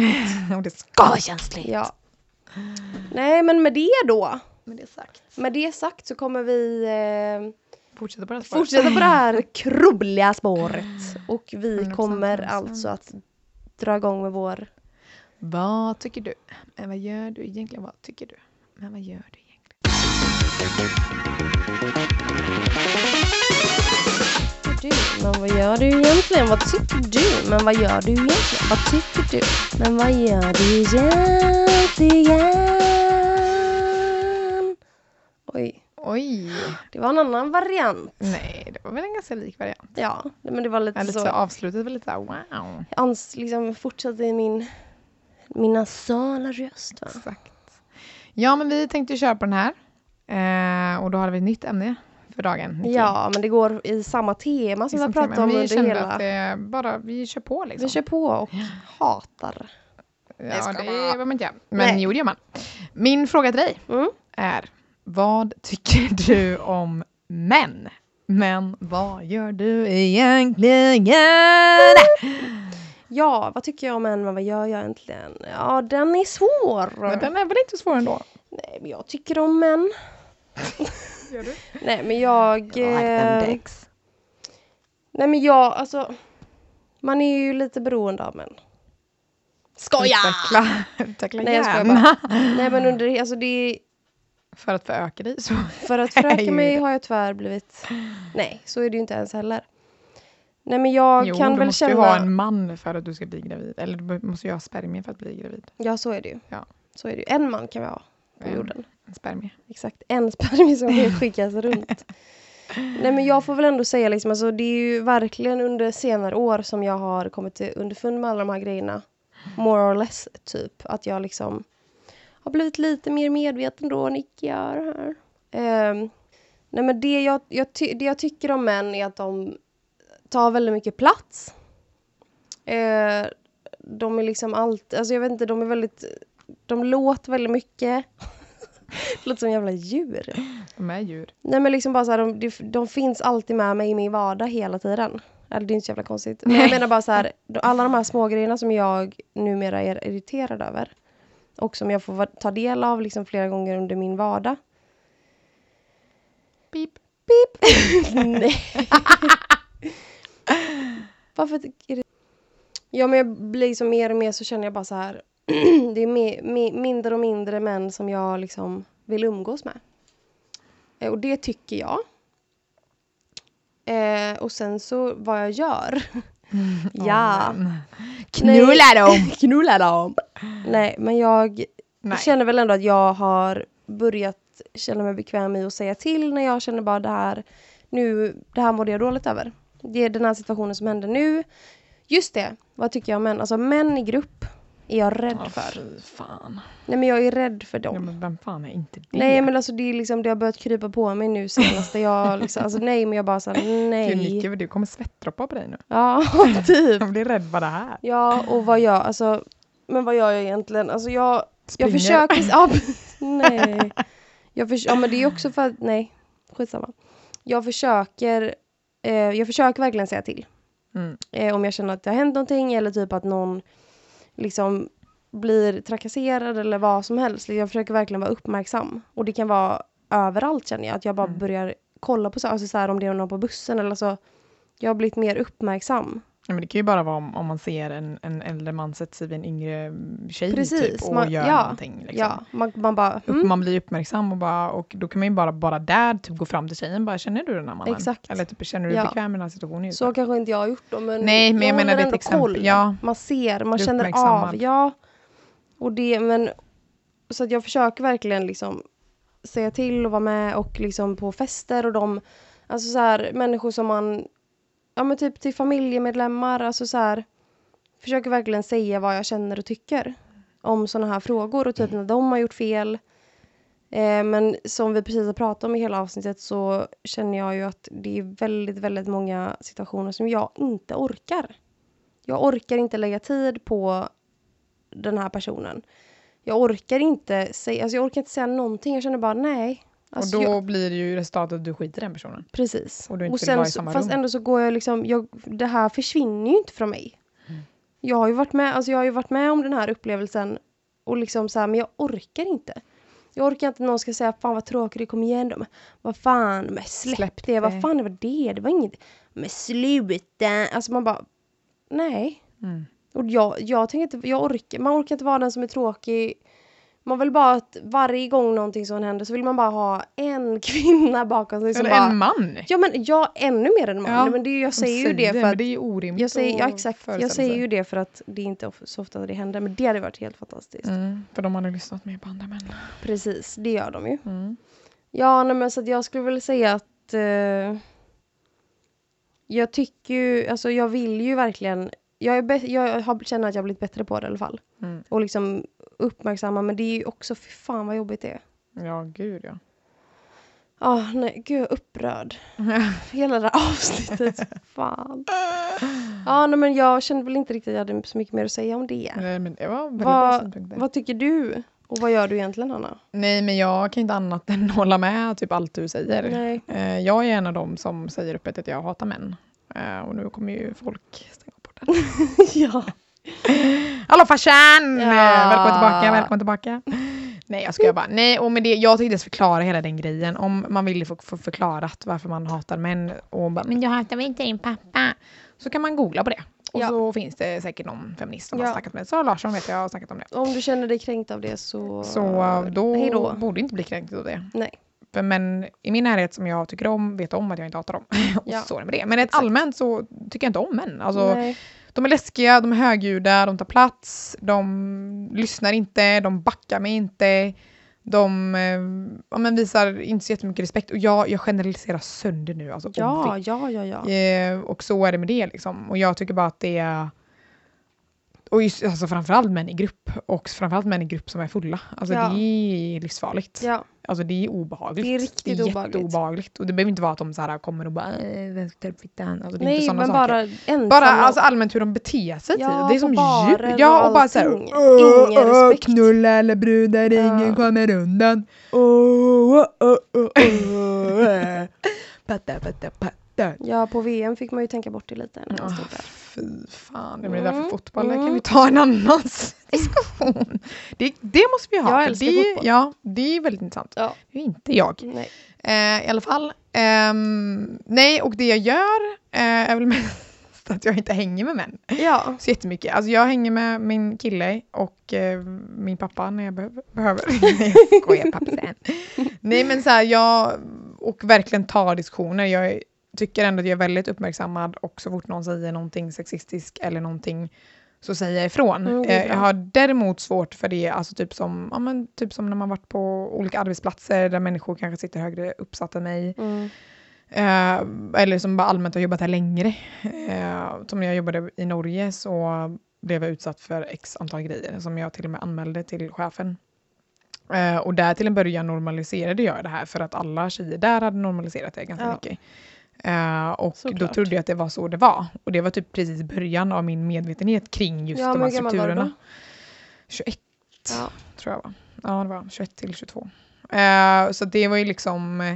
Speaker 1: Och det ska vara känsligt.
Speaker 2: Ja. Nej, men med det då.
Speaker 1: Men det är sagt.
Speaker 2: Med det sagt så kommer vi eh,
Speaker 1: Fortsätta på det här spåret.
Speaker 2: fortsätta på det här kroliga spåret. Och vi
Speaker 1: 100%,
Speaker 2: kommer
Speaker 1: 100%.
Speaker 2: alltså att dra igång med vår...
Speaker 1: Vad tycker du? Men vad gör du egentligen? Vad tycker du? Men vad gör du egentligen?
Speaker 2: Du, men vad gör du egentligen? Vad tycker du? Men vad gör du egentligen? Vad tycker du? Men vad gör du egentligen? Oj,
Speaker 1: Oj.
Speaker 2: det var en annan variant.
Speaker 1: Nej, det var väl en ganska lik variant.
Speaker 2: Ja, men det var lite
Speaker 1: Eller
Speaker 2: så.
Speaker 1: så avslutet var lite såhär wow.
Speaker 2: ans, liksom fortsatte i min, min nasala röst. Va?
Speaker 1: Exakt. Ja, men vi tänkte ju köra på den här. Eh, och då hade vi ett nytt ämne för dagen. Nicky.
Speaker 2: Ja, men det går i samma tema som vi har
Speaker 1: Liksom,
Speaker 2: pratat
Speaker 1: men
Speaker 2: om
Speaker 1: vi
Speaker 2: under
Speaker 1: kände
Speaker 2: hela.
Speaker 1: att det bara, vi kör på liksom.
Speaker 2: Vi kör på och hatar. det
Speaker 1: ja,
Speaker 2: ska
Speaker 1: det
Speaker 2: man.
Speaker 1: behöver man inte göra. Men
Speaker 2: Nej.
Speaker 1: jo, det gör man. Min fråga till dig
Speaker 2: Mm.
Speaker 1: är, vad tycker du om män? Men vad gör du egentligen?
Speaker 2: Ja, vad tycker jag om en, men vad gör jag egentligen? Ja, den är svår.
Speaker 1: Men den är väl inte svår ändå?
Speaker 2: Nej, men jag tycker om män.
Speaker 1: Gör du?
Speaker 2: Nej, men jag... eh,
Speaker 1: Like them dicks.
Speaker 2: Nej men jag, alltså. Man är ju lite beroende av män. Skoja!
Speaker 1: Utveckla, utveckla
Speaker 2: Nej jag skojar
Speaker 1: hjärnan.
Speaker 2: bara. Nej men under, alltså det är,
Speaker 1: För att föröka dig så.
Speaker 2: för att
Speaker 1: Nej.
Speaker 2: föröka mig har jag tyvärr blivit... Nej, så är det ju inte ens heller. Nej men jag
Speaker 1: jo,
Speaker 2: kan
Speaker 1: du
Speaker 2: väl
Speaker 1: måste
Speaker 2: känna...
Speaker 1: ju ha en man för att du ska bli gravid. Eller du måste ju ha spermier för att bli gravid.
Speaker 2: Ja så är det ju.
Speaker 1: Ja.
Speaker 2: Så är det ju. En man kan vi ha på
Speaker 1: En.
Speaker 2: jorden.
Speaker 1: En spermie.
Speaker 2: Exakt, en spermie som kan skickas runt. Nej men jag får väl ändå säga liksom, alltså, det är ju verkligen under senare år som jag har kommit till underfund med alla de här grejerna. More or less, typ. Att jag liksom har blivit lite mer medveten då än icke gör här. Ehm, nej men det jag, jag, ty- det jag tycker om män är att de tar väldigt mycket plats. Ehm, de är liksom allt, alltså jag vet inte, de är väldigt, de låter väldigt mycket. Det låter som jävla djur.
Speaker 1: De är djur.
Speaker 2: Nej men liksom bara så här, de, de, de finns alltid med mig i min vardag hela tiden. Eller det är inte så jävla konstigt. Men jag menar bara så här, de- alla de här smågrejerna som jag numera är irriterad över. Och som jag får va- ta del av liksom flera gånger under min vardag.
Speaker 1: Pip.
Speaker 2: Pip! Nej. Varför är det... Ja men jag blir liksom mer och mer så känner jag bara så här. det är me, me, mindre och mindre män som jag liksom vill umgås med. Eh, Och det tycker jag. Eh, och sen så vad jag gör. ja.
Speaker 1: Knulla dem!
Speaker 2: Knulla dem! Nej men jag
Speaker 1: Nej.
Speaker 2: känner väl ändå att jag har börjat känna mig bekväm i att säga till när jag känner bara det här, nu, det här mådde jag dåligt över. Det är den här situationen som hände nu. Just det, vad tycker jag om män? Alltså män i grupp är jag rädd
Speaker 1: Åh,
Speaker 2: för.
Speaker 1: fy fan.
Speaker 2: Nej men jag är rädd för
Speaker 1: Ja,
Speaker 2: dem.
Speaker 1: men vem fan är inte det?
Speaker 2: Nej men alltså det är liksom, det har börjat krypa på mig nu senast. jag liksom, alltså nej men jag bara såhär,
Speaker 1: Gud,
Speaker 2: nej.
Speaker 1: Nicky, du kommer svettdroppar på dig nu.
Speaker 2: Ja, typ.
Speaker 1: Jag blir rädd vad det här.
Speaker 2: Ja, och vad jag, alltså, men vad gör jag egentligen? Alltså jag,
Speaker 1: Springer.
Speaker 2: jag försöker, ja, precis. nej. Jag förs- ja, men det är också för att, nej, skitsamma. Jag försöker, eh, jag försöker verkligen säga till.
Speaker 1: Mm.
Speaker 2: Eh, om jag känner att det har hänt någonting eller typ att någon liksom blir trakasserad eller vad som helst. Jag försöker verkligen vara uppmärksam. Och det kan vara överallt känner jag, att jag bara
Speaker 1: Mm.
Speaker 2: börjar kolla på så, alltså, så här, om det är någon på bussen eller så. Jag har blivit mer uppmärksam.
Speaker 1: Ja, men det kan ju bara vara om, om man ser en, en äldre man sätta sig vid en yngre mm, tjej
Speaker 2: Precis,
Speaker 1: typ, och
Speaker 2: man-
Speaker 1: gör
Speaker 2: ja,
Speaker 1: någonting. Liksom.
Speaker 2: Ja, man, man bara,
Speaker 1: Upp-
Speaker 2: mm,
Speaker 1: Man blir uppmärksam och, bara, och då kan man ju bara, bara där typ gå fram till tjejen bara, känner du den här mannen?
Speaker 2: Exakt.
Speaker 1: Eller typ, känner du dig
Speaker 2: Ja.
Speaker 1: bekväm i den här situationen? just
Speaker 2: Så
Speaker 1: nu?"
Speaker 2: kanske inte jag har gjort då, men
Speaker 1: Nej, men jag menar det
Speaker 2: håller
Speaker 1: är ett
Speaker 2: ändå
Speaker 1: exempel,
Speaker 2: koll.
Speaker 1: ja.
Speaker 2: Man ser, man
Speaker 1: Du är
Speaker 2: känner
Speaker 1: uppmärksammad.
Speaker 2: av. Ja. Och det, men, så att jag försöker verkligen liksom säga till och vara med och liksom på fester och de, alltså så här, människor som man, ja men typ till familjemedlemmar, alltså så här, försöker verkligen säga vad jag känner och tycker om sådana här frågor och typ när de har gjort fel. Eh, men som vi precis har pratat om i hela avsnittet så känner jag ju att det är väldigt, väldigt många situationer som jag inte orkar. Jag orkar inte lägga tid på den här personen. Jag orkar inte säga, alltså jag orkar inte säga någonting. Jag känner bara nej. Alltså
Speaker 1: och då
Speaker 2: jag,
Speaker 1: blir det ju resultatet att du skiter i den personen.
Speaker 2: precis.
Speaker 1: och du inte vill
Speaker 2: sen,
Speaker 1: vara i
Speaker 2: så-
Speaker 1: samma
Speaker 2: fast
Speaker 1: rum.
Speaker 2: ändå så går jag liksom, jag, det här försvinner ju inte från mig.
Speaker 1: Mm.
Speaker 2: Jag har ju varit med, alltså jag har ju varit med om den här upplevelsen och liksom så här, men jag orkar inte. Jag orkar inte att någon ska säga fan vad tråkig du kom igen då. Men Vad fan, men släpp,
Speaker 1: Släpp
Speaker 2: det.
Speaker 1: det.
Speaker 2: Vad fan det var det? Det var inget. Men sluta. Alltså man bara, nej.
Speaker 1: Mm.
Speaker 2: Och jag, jag tänker inte, jag orkar, man orkar inte vara den som är tråkig. Man vill bara att varje gång någonting sånt händer så vill man bara ha en kvinna bakom sig som
Speaker 1: Eller
Speaker 2: bara...
Speaker 1: en man!
Speaker 2: Ja men jag ännu mer än man.
Speaker 1: Ja,
Speaker 2: Nej, men det, är ju- jag
Speaker 1: De
Speaker 2: säger ju det för
Speaker 1: men
Speaker 2: att...
Speaker 1: det är ju orimligt
Speaker 2: Jag säger, ja,
Speaker 1: att
Speaker 2: exakt, jag
Speaker 1: föreställa
Speaker 2: säger
Speaker 1: sig.
Speaker 2: ju det för att det är inte of- så ofta det händer. Men det hade varit helt fantastiskt.
Speaker 1: Mm, för de hade lyssnat mer på andra män.
Speaker 2: Precis, det gör de ju.
Speaker 1: Mm.
Speaker 2: Ja, nej, men så att jag skulle vilja säga att eh, jag tycker ju, alltså jag vill ju verkligen, jag, är bä- jag har, känner att jag har blivit bättre på det i alla fall.
Speaker 1: Mm.
Speaker 2: Och liksom uppmärksamma, men det är ju också, fy fan vad jobbigt det är.
Speaker 1: Ja, gud ja.
Speaker 2: Äh. Ja, nej, gud jag är upprörd. Hela det här avsnittet, fan. Ja, nej, men jag kände väl inte riktigt att jag hade så mycket mer att säga om det.
Speaker 1: Nej, men det var väldigt bra
Speaker 2: Vad,
Speaker 1: synpunkter.
Speaker 2: vad tycker du? Och vad gör du egentligen, Hanna?
Speaker 1: Nej, men jag kan inte annat än hålla med typ allt du säger.
Speaker 2: Nej.
Speaker 1: Eh, Jag är en av dem som säger öppet att jag hatar män. Eh, Och nu kommer ju folk stänga på den.
Speaker 2: ja.
Speaker 1: Hallå farsan!
Speaker 2: Ja.
Speaker 1: Eh, Välkommen tillbaka, välkommen tillbaka. Nej jag skojar bara. Nej, och med det, jag tänkte ens förklara hela den grejen. Om man vill få, få förklarat varför man hatar män och bara “men jag hatar väl inte din pappa”. Så kan man googla på det. Och
Speaker 2: Ja.
Speaker 1: så finns det säcket någon feminist som har
Speaker 2: Ja.
Speaker 1: snackat med. Sara Larsson vet jag har snackat om det.
Speaker 2: Om du känner dig kränkt av det så...
Speaker 1: Så då
Speaker 2: Hej då.
Speaker 1: borde inte bli kränkt av det.
Speaker 2: Nej.
Speaker 1: För- Men i min närhet som jag tycker om vet om att jag inte hatar dem. och
Speaker 2: Ja.
Speaker 1: så är det med det. Men rent
Speaker 2: Exakt.
Speaker 1: allmänt så tycker jag inte om män. Alltså,
Speaker 2: Nej.
Speaker 1: de är läskiga, de är högljudda, de tar plats, de lyssnar inte, de backar mig inte. De eh, ja, men visar inte så jättemycket respekt. Och jag, jag generaliserar sönder nu. Alltså,
Speaker 2: Ja, ja, ja, ja.
Speaker 1: Eh, och så är det med det. Liksom. Och jag tycker bara att det är... Och just, alltså framförallt män i grupp. Och framförallt män i grupp som är fulla. Alltså
Speaker 2: Ja.
Speaker 1: det är livsfarligt.
Speaker 2: ja.
Speaker 1: Alltså det är obehagligt.
Speaker 2: Det är riktigt obehagligt.
Speaker 1: jätteobehagligt. Och det behöver inte vara att de så här kommer och bara "Eh, “vem ska ta upp fittan?” alltså, det är inte
Speaker 2: Nej,
Speaker 1: såna
Speaker 2: men
Speaker 1: saker.
Speaker 2: bara ensamma.
Speaker 1: Bara alltså allmänt hur de beter sig.
Speaker 2: Mm,
Speaker 1: typ.
Speaker 2: Ja,
Speaker 1: det är som
Speaker 2: på baren
Speaker 1: djur. Ja,
Speaker 2: och
Speaker 1: och bara såhär...
Speaker 2: allting. Ingen respekt.
Speaker 1: Knulla alla brudar, ingen
Speaker 2: Ja.
Speaker 1: kommer undan.
Speaker 2: Åh, åh, åh, åh, äh.
Speaker 1: Patta, patta, patta.
Speaker 2: Ja, på VM fick man ju tänka bort det lite. När man
Speaker 1: Ah,
Speaker 2: stod där.
Speaker 1: fy fan, det blir mm.
Speaker 2: Mm,
Speaker 1: därför fotboll. Där
Speaker 2: mm.
Speaker 1: kan vi ta en annan diskussion. Det, det måste vi ha.
Speaker 2: Jag
Speaker 1: för
Speaker 2: älskar
Speaker 1: det,
Speaker 2: fotboll.
Speaker 1: Ja, det är väldigt intressant.
Speaker 2: Ja.
Speaker 1: Det är inte jag.
Speaker 2: Nej.
Speaker 1: Eh, I alla fall. ehm, nej, och det jag gör eh, är väl mest att jag inte hänger med män
Speaker 2: Ja.
Speaker 1: så jättemycket. Alltså jag hänger med min kille och eh, min pappa när jag behöver. behöver. jag skojar, pappsen. Nej men så här, jag och verkligen tar diskussioner. Jag är- tycker ändå att jag är väldigt uppmärksammad och så fort någon säger någonting sexistiskt eller någonting så säger jag ifrån.
Speaker 2: Mm, det är
Speaker 1: eh, jag
Speaker 2: bra.
Speaker 1: har däremot svårt för det, alltså typ som, ja, men, typ som när man varit på olika arbetsplatser där människor kanske sitter högre uppsatt än mig.
Speaker 2: Mm.
Speaker 1: Eh, eller som bara allmänt har jobbat här längre. Eh, som när jag jobbade i Norge så blev jag utsatt för x antal grejer som jag till och med anmälde till chefen. Eh, och där till en början normaliserade jag det här för att alla tjejer där hade normaliserat det ganska
Speaker 2: Ja.
Speaker 1: mycket. Eh, och då
Speaker 2: Såklart.
Speaker 1: trodde jag att det var så det var. Och det var typ precis början av min medvetenhet kring just
Speaker 2: Ja,
Speaker 1: de
Speaker 2: men
Speaker 1: här
Speaker 2: hur gammal var du
Speaker 1: strukturerna.
Speaker 2: då?
Speaker 1: 21
Speaker 2: Ja.
Speaker 1: tror jag var. Ja, det var 21 till 22. Eh, så det var ju liksom... eh,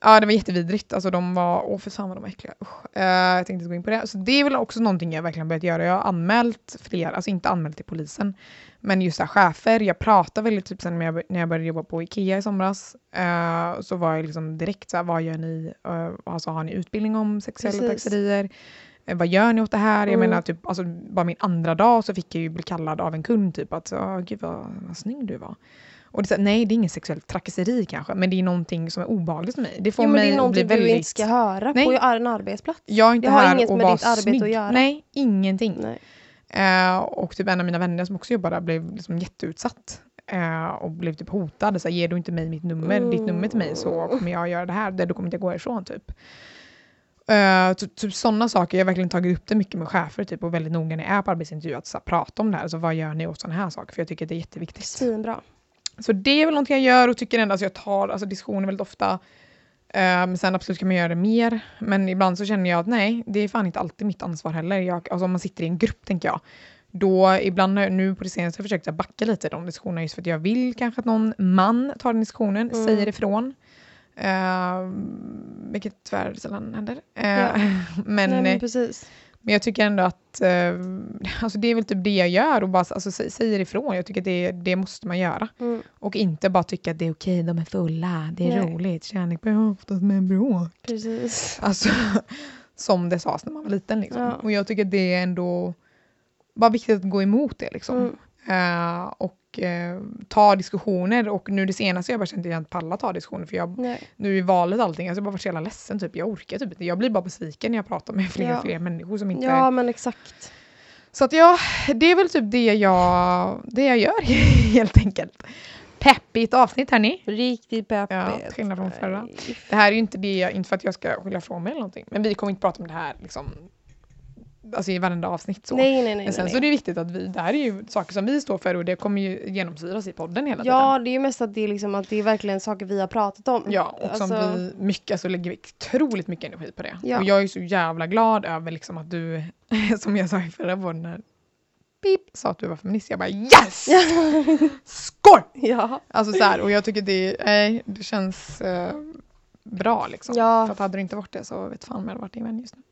Speaker 1: Ja, det var jättevidrigt. Alltså de var... Åh, för fan vad de var äckliga. Usch. Eh, jag tänkte inte gå in på det. Så det är väl också någonting jag verkligen börjat göra. Jag har anmält fler, alltså inte anmält till polisen, men just så här, chefer. Jag pratar väldigt, typ sen när jag, bör- när jag började jobba på Ikea i somras, eh, så var jag liksom direkt så här, vad gör ni? Eh, alltså har ni utbildning om sexuella
Speaker 2: Precis.
Speaker 1: trakasserier? Eh, vad gör ni åt det här? Jag
Speaker 2: Mm.
Speaker 1: menar, typ, alltså, bara min andra dag så fick jag ju bli kallad av en kund typ att "Åh, gud vad, vad snygg du var. Och det är så här, nej, det är ingen sexuell trakasseri kanske, men det är någonting som är obehagligt för mig. Det får
Speaker 2: Jo, men
Speaker 1: mig
Speaker 2: det är
Speaker 1: att bli
Speaker 2: någonting
Speaker 1: väldigt...
Speaker 2: du inte ska höra
Speaker 1: Nej.
Speaker 2: på en arbetsplats.
Speaker 1: Jag är inte
Speaker 2: Det har
Speaker 1: här
Speaker 2: inget
Speaker 1: och
Speaker 2: med
Speaker 1: vara
Speaker 2: ditt arbete
Speaker 1: snygg.
Speaker 2: att göra.
Speaker 1: Nej, ingenting.
Speaker 2: Nej.
Speaker 1: Eh, och typ en av mina vänner som också jobbar där blev liksom jätteutsatt. Eh, och blev typ hotad. Så här, Ger du inte mig mitt nummer, ditt nummer till mig så
Speaker 2: Mm.
Speaker 1: kommer jag göra det här. Där då kommer inte jag gå ifrån typ. Eh, typ- typ sådana saker. Jag har verkligen tagit upp det mycket med chefer typ, och väldigt noga när jag är på arbetsintervju att så här, prata om det här. Alltså, vad gör ni åt sådana här saker? För jag tycker att det är jätteviktigt.
Speaker 2: Svinbra.
Speaker 1: Så det är väl någonting jag gör och tycker ändå att jag tar alltså, diskussioner väldigt ofta. Um, sen absolut kan man göra det mer, men ibland så känner jag att nej, det är fan inte alltid mitt ansvar heller. Jag, alltså om man sitter i en grupp, tänker jag. Då ibland har jag- nu på det senaste har jag försökt att backa lite i de diskussionerna just för att jag vill kanske att någon man tar den diskussionen,
Speaker 2: Mm.
Speaker 1: säger ifrån. Ehm, vilket tyvärr sällan händer. Eh,
Speaker 2: Ja.
Speaker 1: men,
Speaker 2: Nej,
Speaker 1: eh,
Speaker 2: men precis.
Speaker 1: men jag tycker ändå att eh, alltså det är väl typ det jag gör och bara alltså, sä- säger ifrån. Jag tycker att det, det måste man göra.
Speaker 2: Mm.
Speaker 1: Och inte bara tycka att det är okej, de är fulla, det är
Speaker 2: Nej.
Speaker 1: roligt, kärlek behöver oftast med bråk.
Speaker 2: Precis.
Speaker 1: Alltså, som det sades när man var liten. Liksom.
Speaker 2: Ja.
Speaker 1: Och jag tycker att det är ändå bara viktigt att gå emot det. Liksom.
Speaker 2: Mm.
Speaker 1: Eh, och eh, ta diskussioner. Och nu det senaste har jag bara känt att jag inte pallar ta diskussioner. För jag,
Speaker 2: Nej.
Speaker 1: nu i valet och allting, alltså jag har bara varit så jävla ledsen. Typ. Jag orkar typ inte. Jag blir bara besviken när jag pratar med fler
Speaker 2: Ja.
Speaker 1: och fler människor som inte...
Speaker 2: Ja, men exakt.
Speaker 1: Så att ja, det är väl typ det jag, det jag gör helt enkelt. Peppigt avsnitt hörni.
Speaker 2: Riktigt peppigt.
Speaker 1: Ja, till skillnad från förra.
Speaker 2: Nej.
Speaker 1: Det här är ju inte det, jag, inte för att jag ska skylla från mig eller någonting, men vi kommer inte prata om det här liksom, alltså i varenda avsnitt. Så.
Speaker 2: Nej, nej, nej.
Speaker 1: men sen
Speaker 2: nej,
Speaker 1: så är det viktigt att vi, det här är ju saker som vi står för och det kommer ju genomsyras i podden hela
Speaker 2: Ja, det är ju mest att det är, liksom, att det är verkligen saker vi har pratat om.
Speaker 1: tiden. Ja, och som
Speaker 2: Alltså,
Speaker 1: vi mycket, alltså lägger vi otroligt mycket energi på det.
Speaker 2: Ja.
Speaker 1: Och jag är så jävla glad över liksom att du, som jag sa i förra podden, när pip, sa att du var feminist. Jag bara yes! Skål!
Speaker 2: Ja.
Speaker 1: Alltså så här, och jag tycker det, nej, det känns eh, bra liksom.
Speaker 2: Ja.
Speaker 1: För att hade det inte varit det så vet fan om jag hade varit din vän just nu.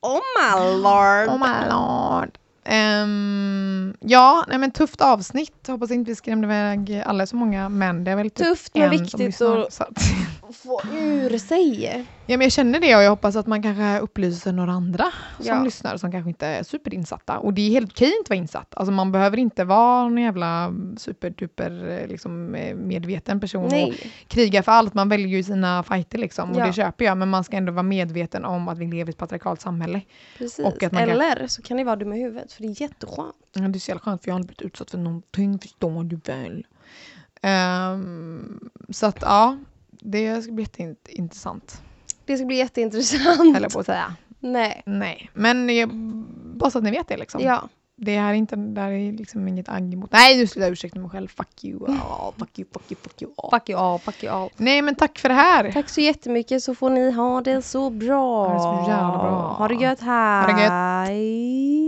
Speaker 2: Oh my Oh lord.
Speaker 1: my lord. Ehm, ja, nej men tufft avsnitt. Hoppas inte vi skrämde iväg alla så många, men det är väl typ
Speaker 2: Tufft men
Speaker 1: en som
Speaker 2: viktigt
Speaker 1: lyssnar,
Speaker 2: att-
Speaker 1: så att-
Speaker 2: Få ur sig.
Speaker 1: Ja, men jag känner det och jag hoppas att man kanske upplyser några andra som
Speaker 2: Ja.
Speaker 1: lyssnar som kanske inte är superinsatta. Och det är helt okej att inte vara insatt. Alltså man behöver inte vara någon jävla superduper eh, liksom, eh, medveten person och
Speaker 2: Nej.
Speaker 1: kriga för allt. Man väljer ju sina fighter liksom och
Speaker 2: Ja.
Speaker 1: det köper jag. Men man ska ändå vara medveten om att vi lever i ett patriarkalt samhälle.
Speaker 2: Precis.
Speaker 1: Och att man kan-
Speaker 2: Eller så kan ni vara dumma i huvudet för det är jätteskönt.
Speaker 1: Ja, det är så jävla skönt för jag har aldrig blivit utsatt för någonting förstår du väl. Ehm, så att ja, det ska bli jätteintressant.
Speaker 2: Det ska bli jätteintressant.
Speaker 1: Eller på att säga.
Speaker 2: Nej.
Speaker 1: Nej, men jag, bara så att ni vet det liksom.
Speaker 2: Ja.
Speaker 1: Det här är inte, det här är liksom inget agg mot... Nej, nu skulle jag ursäkta mig själv. Fuck you. ah, fuck you, fuck you, fuck you. ah.
Speaker 2: Fuck you all, fuck you all.
Speaker 1: Nej, men tack för det här.
Speaker 2: Tack så jättemycket så får ni ha det så bra.
Speaker 1: Ha det så jävla bra.
Speaker 2: Ha det gött. Hej.
Speaker 1: det
Speaker 2: gött.